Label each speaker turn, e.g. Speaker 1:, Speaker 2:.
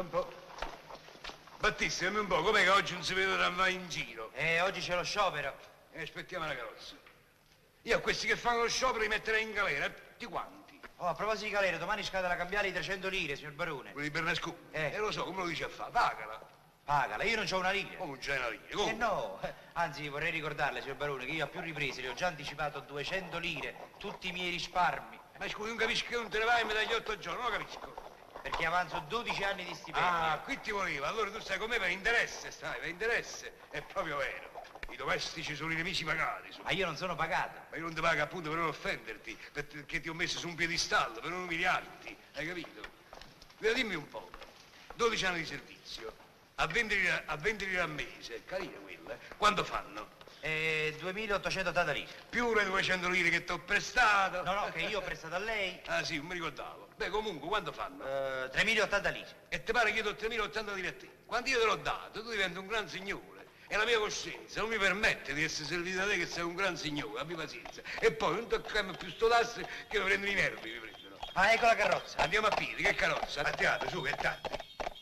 Speaker 1: un po'. Battista, dimmi un po', com'è che oggi non si vede andare in giro?
Speaker 2: Eh, oggi c'è lo sciopero.
Speaker 1: E aspettiamo la carrozza. Io a questi che fanno lo sciopero li metterei in galera, tutti quanti.
Speaker 2: Oh, a proposito di galera, domani scade la cambiale di 300 lire, signor Barone.
Speaker 1: Quello di Bernasconi.
Speaker 2: Eh.
Speaker 1: E lo so, come lo dice a fa? Pagala.
Speaker 2: Pagala, io non ho una riga.
Speaker 1: Come un generario,
Speaker 2: Eh
Speaker 1: come?
Speaker 2: no, eh, anzi vorrei ricordarle, signor Barone, che io a più riprese le ho già anticipato 200 lire, tutti i miei risparmi,
Speaker 1: Ma scusi, non capisco che non te ne vai e mi dagli otto giorni, non lo capisco.
Speaker 2: perché avanzo 12 anni di stipendio.
Speaker 1: Ah, qui ti voleva. Allora tu stai con me per interesse, stai, per interesse. È proprio vero. I domestici sono i nemici pagati. sono-
Speaker 2: Ma io non sono pagato.
Speaker 1: Ma io non ti pago appunto per non offenderti, perché ti ho messo su un piedistallo, per non umiliarti. Hai capito? Vedi, dimmi un po'. 12 anni di servizio, a 20 lire, a 20 lire al mese, carina quella, eh? Quanto fanno?
Speaker 2: Eh, 2880 lire.
Speaker 1: Più le 200 lire che ti ho prestato.
Speaker 2: No, no, che io ho prestato a lei
Speaker 1: Ah sì, non mi ricordavo. Beh, comunque, quanto fanno?
Speaker 2: eh, 3080 lire.
Speaker 1: E te pare che io do 3.080 lire a te. Quando io te l'ho dato, tu diventi un gran signore. E la mia coscienza non mi permette di essere servito da te che sei un gran signore, abbi pazienza. E poi non toccarmi più sto tasso che mi prendono i nervi, mi prendono.
Speaker 2: Ah, ecco la carrozza.
Speaker 1: Andiamo a piedi, che carrozza? A teatro, su, che tanto.